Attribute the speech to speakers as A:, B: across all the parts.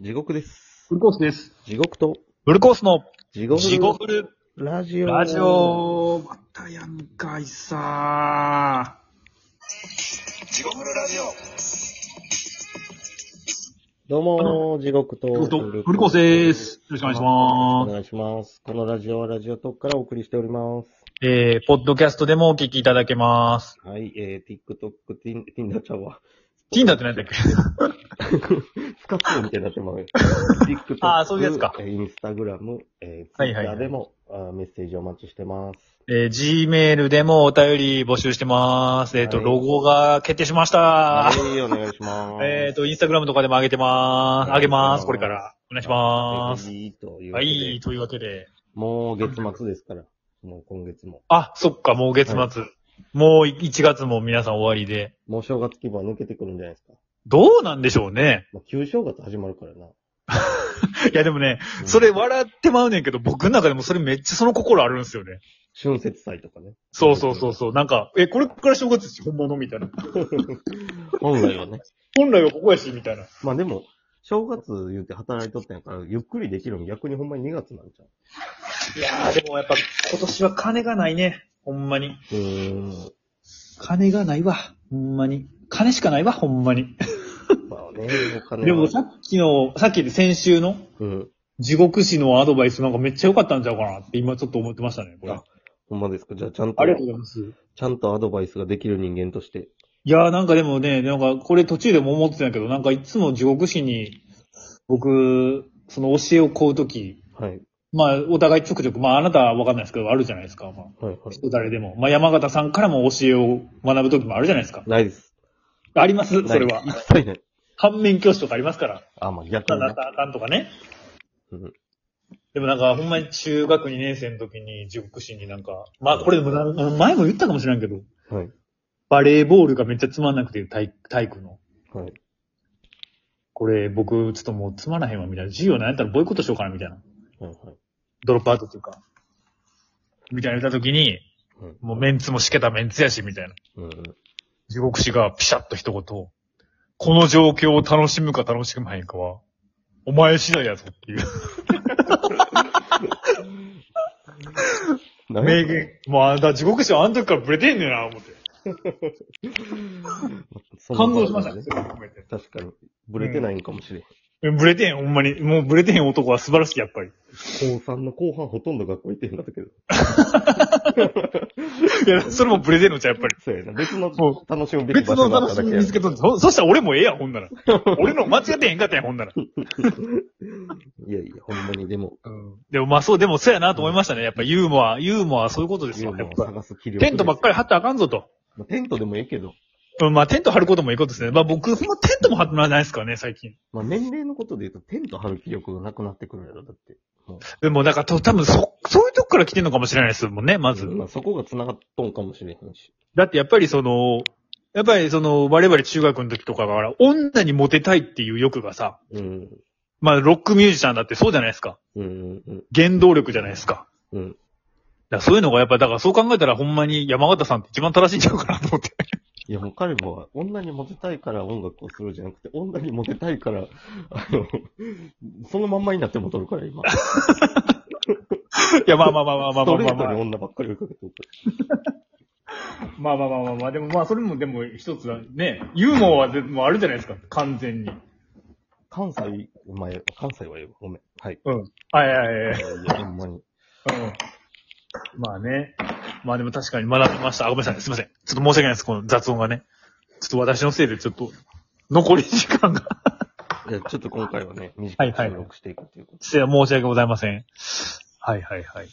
A: 地獄です。
B: フルコースです。
A: 地獄と、
B: フルコースの
A: 地獄
B: 地獄フル
A: ラジオ。
B: ラジ。オまたやんかいさ
C: 地獄のラジオ
A: どうもー、地獄と、
B: ー。フルコースです。よろしくお願いし
A: お
B: ます。
A: 願いします。このラジオはラジオトークからお送りしております。
B: えー、ポッドキャストでもお聞きいただけます。
A: はい、えー、TikTok、Tin- Tinder ちゃんは、
B: Tinder って何だっけ
A: 使ってるみたいになってまう よ。TikTok
B: あーそういうやつか
A: えーインスタグラム、えー、
B: はいはいはい
A: Twitter でも、あーメッセージお待ちしてます。
B: えー、Gmail でもお便り募集してます。えっ、と、
A: はい
B: ロゴが決定しました
A: は。い、お願いします。
B: えっ、と、インスタグラムとかでも上げてまーす。上げまーす、これから。お願いしま
A: は
B: す。
A: い、というこ
B: は
A: とで
B: い、というわけで。
A: もう月末ですから。もう今月も。
B: あ、そっか、もう月末。
A: は
B: もう1月も皆さん終わりで。
A: もう正月気分は抜けてくるんじゃないですか。
B: どうなんでしょうね。
A: まあ、旧正月始まるから な。
B: いやでもね、
A: うん
B: それ笑ってまうねんけど、僕の中でもそれめっちゃその心あるんですよね。
A: 春節祭とかね。
B: そうそうそうそう。なんか、え、これから正月し、本物みたいな。
A: 本来はね。
B: 本来はここやし、みたいな。
A: まあでも、正月言って働いとったんやから、ゆっくりできるの逆にほんまに2月なんじゃん。
B: いやーでもやっぱ今年は金がないね。ほんまに。
A: うー
B: 金がないわ。ほんまに。金しかないわ、ほんまに。
A: ん。まあね、お金は
B: でもさっきの、さっきで先週の
A: うん。
B: 地獄師のアドバイスなんかめっちゃ良かったんちゃうかなって今ちょっと思ってましたね、これ。
A: あほんまですかじゃあちゃんと、
B: ありがとうございます。
A: ちゃんとアドバイスができる人間として。
B: いやーなんかでもね、なんかこれ途中でも思ってたんやけど、なんかいつも地獄師に、僕、その教えを請うとき、
A: はい。
B: まあお互いちょくちょく、まああなたはわかんないですけど、あるじゃないですか。まあ、
A: はいはい。
B: 人誰でも。まあ山形さんからも教えを学ぶときもあるじゃないですか。
A: ない です。
B: あります、
A: な
B: そ
A: い
B: れは
A: 一。切ない。
B: 反面教師とかありますから。
A: あ、まあ
B: あ
A: 逆
B: ん
A: に
B: た、あ
A: ね
B: ん。た、あかんとかね。
A: うん
B: でもなんか、ほんまに中学2年生の時に地獄師になんか、まあこれでもな前も言ったかもしれんけど、
A: はい。
B: バレーボールがめっちゃつまんなくて、体体育の。
A: はい。
B: これ僕、ちょっともうつまらへんわ、みたいな。授業なんやったらボイコットしようかな、みたいな。
A: はいはい。
B: ドロップアウトっていうか。みたいな言った時に、
A: うん
B: もうメンツもしけたメンツやし、みたいな。
A: うんうん。
B: 地獄師がピシャッと一言、この状況を楽しむか楽しまへんかは、お前次第やぞっていう
A: 何
B: 名言。もうあんた地獄師はあの時からブレてんねんな、思って。感動しましたね。それ含めて
A: 確かに。ブレてないんかもしれん。
B: えブレてへん、ほんまに。もうブレてへん男は素晴らしい、やっぱり。
A: 高3の後半ほとんど学校行ってへんかったけど。
B: いや、それもブレてんのじゃう、やっぱり。
A: そうやな。別の
B: も
A: 楽しむべき
B: 別
A: 場
B: の
A: 所があっ
B: 楽
A: た
B: し
A: だ
B: み
A: け
B: 見
A: や
B: つけとって、そそしたら俺もええやん、ほんなら。俺の間違ってへんかったやん、ほんなら。
A: いやいや、ほんまにでも、
B: でもまあそう、でもそうやなと思いましたね。やっぱユーモア、ユーモアはそういうことです
A: ユー
B: よ。やっ
A: モアを
B: ぱ
A: 探す気力
B: テントばっか
A: り。
B: り張ってあかんぞと。
A: まあテントでもええけど、
B: うんまあテント張ることもいいことですね。まあ僕、ほんまテントも張ってもらえないですからね、最近。
A: まあ年齢のことで言うとテント張る気力がなくなってくるやろ、だって。
B: でもだからと多分そ、そういうとこから来てんのかもしれないですもんね、まず。
A: まあそこが繋がっとんかもしれへんし。
B: だってやっぱりその、やっぱりその、我々中学の時とかから、女にモテたいっていう欲がさ、
A: うん。
B: まあロックミュージシャンだってそうじゃないですか。
A: うん、うん、
B: 原動力じゃないですか。
A: うん。
B: だからそういうのがやっぱ、だからそう考えたらほんまに山形さんって一番正しいんちゃうかなと思って。
A: いや、もう彼は女にモテたいから音楽をするじゃなくて、女にモテたいから、あの、そのまんまになってもとるから、今。ス
B: いや、まあまあまあまあまあま
A: ト
B: あ
A: レ
B: まあ
A: ー
B: ま
A: ト
B: あ。
A: に女ばっかり追いかけておく。
B: まあまあまあまあまあ、でもまあそれもでも一つだね。ユーモアはでもあるじゃないですか、完全に。
A: 関西、まあ、関西はええわ。ごめん。はい。
B: うん。はいはいは
A: い
B: いはい。
A: やいや、ほんまに。
B: うん。まあね。まあでも確かに学びました。あ、ごめんなさい。すいません。ちょっと申し訳ないです、この雑音がね。ちょっと私のせいでちょっと、残り時間 が。
A: いや、ちょっと今回はね、短く収録していくということ
B: せや申し訳ございません。はいはいはい。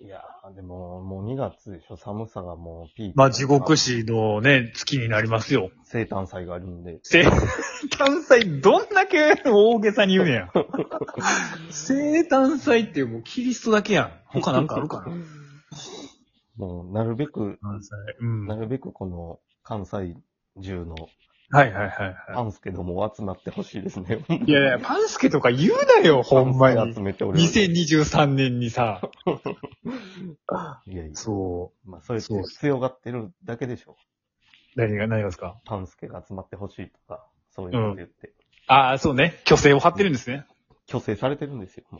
A: いやー、でも、もう2月でしょ、寒さがもうピーク。
B: まあ地獄市のね、月になりますよ。
A: 生誕祭があるんで。
B: 生誕祭、どんだけ大げさに言うね や。生誕祭ってもうキリストだけやん。他なんかあるかな
A: もう、なるべく、
B: 誕祭。うん。は
A: なるべくこの、関西中の、
B: いはいはいは
A: パンスケどもを集まってほしいですね。
B: い。いやいや、パンスケとか言うなよ、ほんま
A: パンスケ集。
B: に
A: めて俺は。
B: 2023年にさ。
A: いやいや、
B: そ
A: まあ、そうや
B: そう
A: って強がってるだけでしょ。
B: う。何が、何がですか
A: パンスケが集まってほしいとか、そういうこと言って。
B: ああ、そうね。虚勢を張ってるんですね。
A: 虚勢されてるんですよ。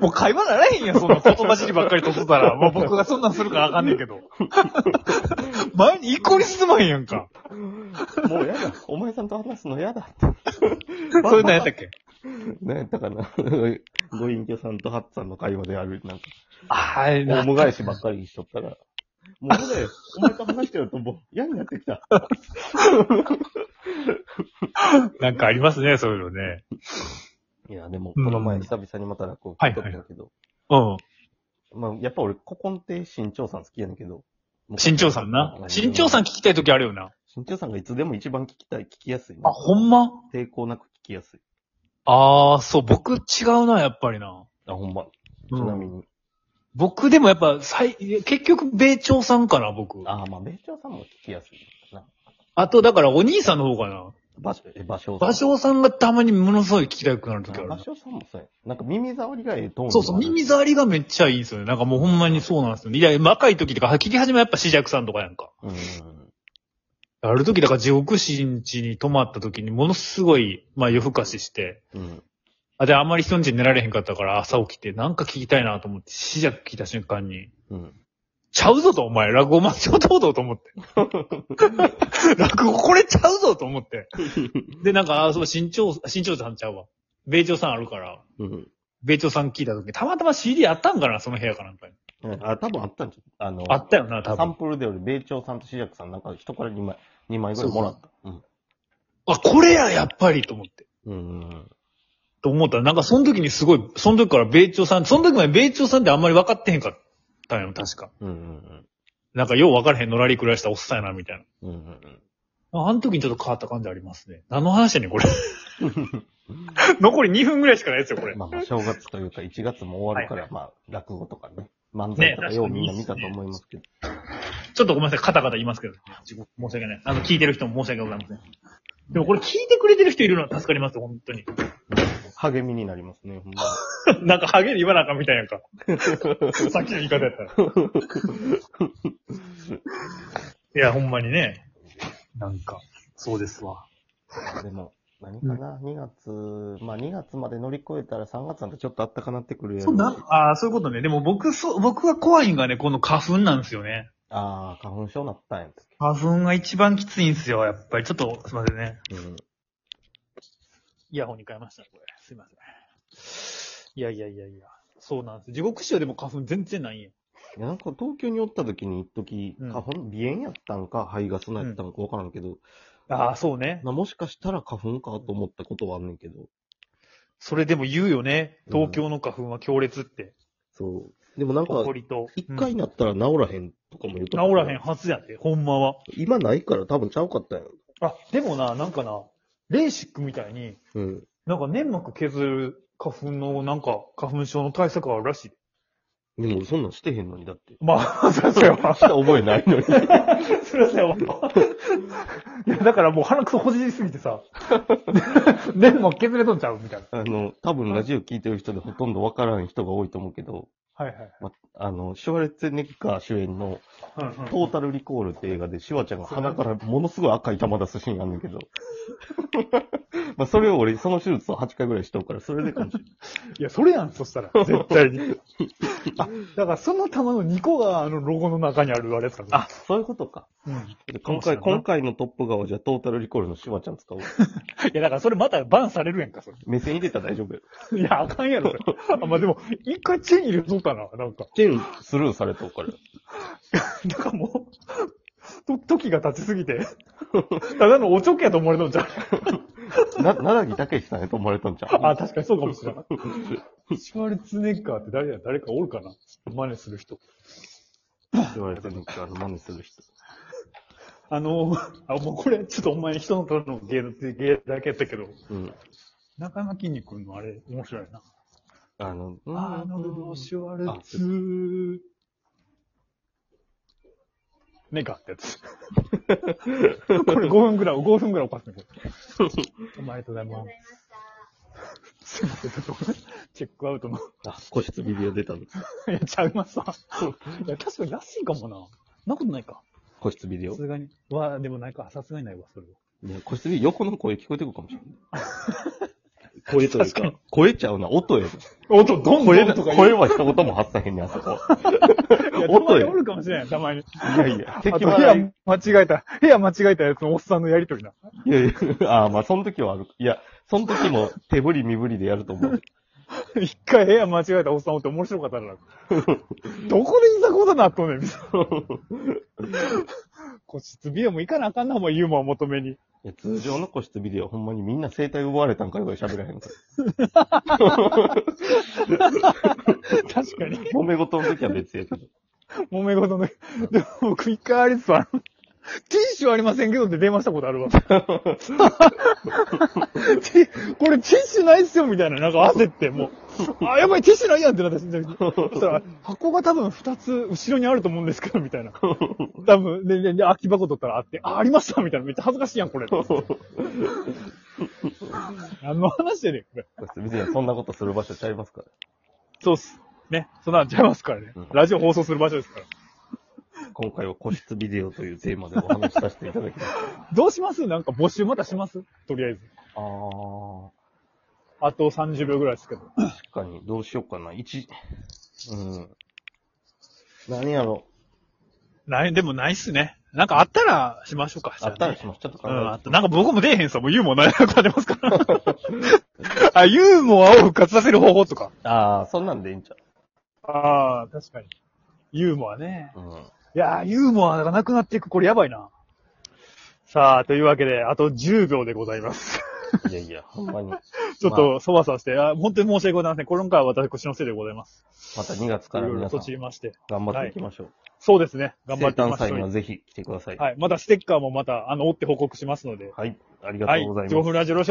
B: もう会話ならへんやん、そんな言葉尻ばっかり取ってた ら。もう僕がそんなんするからあかんねんけ ど。前に一向に進まへんやん か。
A: もうやだ。お前さんと話すのやだ。
B: そういうのやったっけ
A: ねだから、 ご隠居さんとハッツさんの会話である、なんか、
B: はい
A: オウム返しばっかりしとったら、もうほ れ、お前と話してるともう嫌になってきた。
B: なんかありますね、そういうのね。
A: いや、でも、こ
B: うん
A: の前久々にまた落語聞いとったんだけど、
B: うん。
A: まあ、やっぱ俺、古今亭新潮さん好きやねんけど、
B: 新潮さんな。新潮さん聞きたい時あるよな。
A: 新潮さんがいつでも一番聞きたい、聞きやすいね。
B: あ、ほんま
A: 抵抗なく聞きやすい。
B: ああ、そう、僕違うな、やっぱりな。
A: あ、ほんま。ち
B: う
A: なみ
B: ん、
A: に。
B: 僕でもやっぱ、最、結局、米朝さんかな、僕。
A: ああ、まあ、米朝さんも聞きやすいな。
B: あと、だから、お兄さんの方かな。
A: 場所、え、場所
B: 芭蕉さんがたまにものすごい聞きたくなる
A: さ
B: 時あ
A: ん。
B: る
A: 場
B: な。
A: 所さんもそうや。なんか耳障りがええと思
B: そうそう、耳障りがめっちゃいいんですよね。なんかもうほんまにそうなんですよね。いや、若い時とか、聞き始めはやっぱ、死弱さんとかやんか。
A: うん。
B: ある時、だから、地獄神地に泊まった時に、ものすごい、まあ、夜更かしして、
A: うん。
B: あ、で、あんまり人んち寝られへんかったから、朝起きて、なんか聞きたいなと思って、死弱聞いた瞬間に、
A: うん。
B: ちゃうぞと、お前。落語待ちをどうぞと思って。落語これちゃうぞと思って。で、なんか、あ、そう、新潮、新潮さんちゃうわ。米朝さんあるから、
A: うん。
B: 米朝さん聞いた時、たまたま CD あったんかなその部屋かなんかに。
A: あ、多分あったんじゃん。あの、
B: あったよな、多
A: サン
B: 分。
A: プルで俺、米朝さんとシジャクさんなんか人から2枚、二枚ぐらいもらった。うん。
B: あ、これや、やっぱりと思って。
A: うん。
B: と思ったら、なんかその時にすごい、その時から米朝さん、その時まで米朝さんってあんまり分かってへんかったんよ、確か。
A: うん。うん。
B: なんかよう分からへんのらりくらしたおっさんやな、みたいな。
A: うん。うん。
B: ああの時にちょっと変わった感じありますね。何の話やねん、これ。 残り2分ぐらいしかないですよ、これ。
A: まあまあ、正月というか1月も終わるから、まあ、落語とかね、漫才とかようみんな見たと思いますけど。
B: ちょっとごめんなさい、カタカタ言いますけど、自分申し訳ない。あの、聞いてる人も申し訳ございません。でもこれ聞いてくれてる人いるのは助かります、本当に。
A: 励みになりますね、ほんまに
B: なんかハゲで言わなあかんみたいやんか。 さっきの言い方やったら。い や、ほんまにね。なんか、そうですわ。
A: でも、何かな、2月、まあ2月まで乗り越えたら3月なんてちょっとあったかなってくるや
B: そ
A: ろ
B: う
A: う
B: な、ああ、そういうことね。でも僕、そう、僕が怖いんがね、この花粉なんですよね。
A: ああ、花粉症なったんやつ。
B: 花粉が一番きついんですよ、やっぱり。ちょっと、すいませんね。
A: うん。
B: イヤホンに変えましたね、これ。すいません。いやいやいやいや。そうなんです。地獄市場でも花粉全然ないんや。
A: いや、なんか東京におった時に一時、
B: うん
A: 花粉、鼻炎やったんか、肺がそなやったんかわからんけど、
B: ああ、そうね。
A: まあもしかしたら花粉かと思ったことはあんねんけど、
B: それでも言うよね。
A: うん
B: 東京の花粉は強烈って。
A: そう。でもなんか、
B: 誇りと。
A: 一
B: う
A: 回
B: ん
A: なったら治らへんとかも言う
B: 治
A: とった
B: らへん。はずやって、ほんまは。
A: 今ないから多分ちゃうかったんやろ。
B: あ、でもな、なんかな、レーシックみたいに、
A: うん。
B: なんか粘膜削る花粉の、なんか、花粉症の対策あるらしい。
A: でも俺そんなんしてへんのに、だって。
B: ま あ、そりゃそうやわ
A: し。た覚えないの に。
B: そりゃそうやわ。 いや、だからもう鼻くそほじりすぎて さ、粘膜削れとんちゃうみたいな。
A: あの、多分ラジオ聞いてる人でほとんどわからん人が多いと思うけど、
B: はいはい。
A: ま、あの、シュワレッツェネッガー主演の
B: うん
A: トータルリコールって映画でシュワちゃんが鼻からものすごい赤い玉出すシーンがあんねん けど。まあ、それを俺、その手術を8回ぐらいしとるから、それでかもしれない。
B: いや、それやん、そしたら。絶対に。あ、だからその玉の2個が、あの、ロゴの中にあるあれですからね。
A: あ、そういうことか。
B: うん。
A: で今回、
B: そうそう
A: 今回のトップ側じゃトータルリコールのシュワちゃん使おう。
B: いや、だからそれまたバンされるやんか、そ
A: 目線入れたら大丈夫やろ。
B: れ。いや、あかんやろ、それ。あ、まあ、でも、一回チェーン入れとったな、なんか。
A: チェーンスルーされとるから。
B: だからもう、と、時が経ちす ぎて、ただのおちょけやと思われたんじゃう
A: な、奈良木武さんやと思われたんちゃう
B: あ、確かにそうかもしれない。シュワルツェネッカーって誰や、誰かおるかな真似する人。
A: 言われてるのか、あの、真似する人。
B: あの、あ、もうこれ、ちょっとお前人のための芸だ、芸だけやったけど、
A: うん。
B: 中山きんに君のあれ、面白いな。
A: あの、
B: アーノルド・シュワルツメガってやつ。これ5分ぐらい、5分ぐらいおかしいね、これ。お前ありがとうございます。すいません、ちょっとこれチェックアウトの。い
A: あ、個室ビデオ出たんです。
B: や、ちゃいますわ。いや、確かに安いかもな。そんなことないか。
A: 個室ビデ
B: さ
A: オ。
B: すがに。わあ、でもないか。さすがにないわ、それは。
A: ね、個室に横の声聞こえてくるかもしれない。
D: 声という
B: 確か
D: か
B: に。
A: 声ちゃうな、音やな。
B: 音、どんど
A: 声
B: ん
A: な
B: とか
A: 声は一言も発さへんねん、あそこ。
B: 言う。
A: 音よ
B: 音おるかもしれない、たまに。
A: いやいや、
B: あ
A: 敵
B: と、
A: は
B: 部
A: な
B: 屋
A: い。
B: 間違えた、部屋間違えたやつのおっさんのやりとりな。
A: いやいや、あーまあ、その時はある。いや、その時も手振り身振りでやると思う。
B: 一回部屋間違えたおっさんおって面白かったな。どこでいざこざなっとんねん、みたいな。個室美容も行かなあかんな、もうユーモア求めに。
A: いや通常の個室ビデオ、ほんまにみんな生態奪われたんかよ、喋らへんから。
B: 確かに。
A: 揉め事の時は別やけど。
B: 揉め事の。でも僕一回あれですわ。あのティッシュありませんけどって電話したことあるわ。 ティこれティッシュないっすよみたいな、なんか焦って、もう。あ、やばい、ティッシュないやんってなった瞬間にそしたら、箱が多分2つ後ろにあると思うんですけど、みたいな。多分、で、で、で空き箱取ったらあって、あ、ありましたみたいな。めっちゃ恥ずかしいやん、これ。何の話やねん、これ。
A: 個室ビデオ、そんなことする場所ちゃいますから。
B: そうっす。ね。そんなんちゃいますからね
A: うん。
B: ラジオ放送する場所ですから。
A: 今回は個室ビデオというテーマでお話しさせていただきます。
B: どうしますなんか募集またしますとりあえず。
A: あー、
B: あと30秒ぐらいですけど。
A: 確かに、どうしようかな。一、うん。何やろ。
B: ない、でもないっすね。なんかあったらしましょうか。
A: あったら
B: じ
A: します。ちょっと考
B: ゃ
A: え
B: あねうん、あ
A: ま
B: っ
A: す
B: た。なんか僕も出えへんさ、もうユーモアないなくなってます から。あ、ユーモアを復活させる方法とか。
A: あー、そんなんでいいんちゃ
B: ああ、確かに。ユーモアね。
A: う。うん。
B: いやー、ユーモアがなくなっていく。これやばいな。さあ、というわけで、あと10秒でございます。
A: いやい や、ほんまに。
B: ちょっと、そわそわして、あ本当に申し訳ございません。今回は私のせいでございます。
A: また2月か
B: い
A: ら
B: ろいろ
A: 皆さん、
B: とちりまして。
A: 頑張っていきましょう。
B: そうですね。頑張
A: 生
B: っていき
A: 誕
B: まし
A: 祭
B: ょう
A: にはぜひ来てください。
B: はい。またステッカーもまた、あの、追って報告しますので。
A: はい。ありがとうございます。
B: 情報ラジオ